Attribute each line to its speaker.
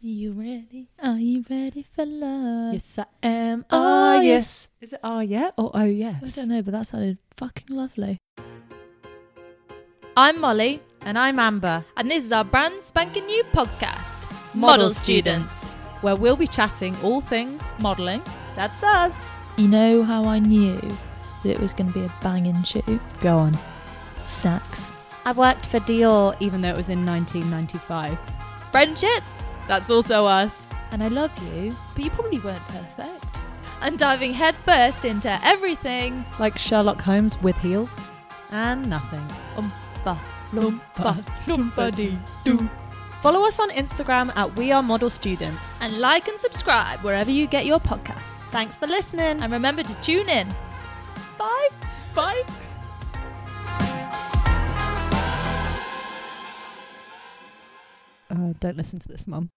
Speaker 1: You ready? Are you ready for love?
Speaker 2: Yes, I am.
Speaker 1: Oh,
Speaker 2: Oh,
Speaker 1: yes.
Speaker 2: yes. Is it oh, yeah? Or oh, yes?
Speaker 1: I don't know, but that sounded fucking lovely. I'm Molly,
Speaker 2: And I'm Amber,
Speaker 1: and this is our brand spanking new podcast, Model,
Speaker 2: Model
Speaker 1: Students.
Speaker 2: where we'll be chatting all things.
Speaker 1: Modeling.
Speaker 2: That's us.
Speaker 1: You know how I knew that it was going to be a banging shoot?
Speaker 2: Go on.
Speaker 1: Snacks.
Speaker 2: I worked for Dior, even though it was in 1995.
Speaker 1: Friendships.
Speaker 2: That's also us.
Speaker 1: And I love you, but you probably weren't perfect. And diving headfirst into everything.
Speaker 2: Like Sherlock Holmes with heels and nothing. Lumpa,
Speaker 1: doo.
Speaker 2: Follow us on Instagram at We Are Model Students.
Speaker 1: And like and subscribe wherever you get your podcasts.
Speaker 2: Thanks for listening.
Speaker 1: And remember to tune in.
Speaker 2: Bye. Bye. Uh, don't listen to this, Mum.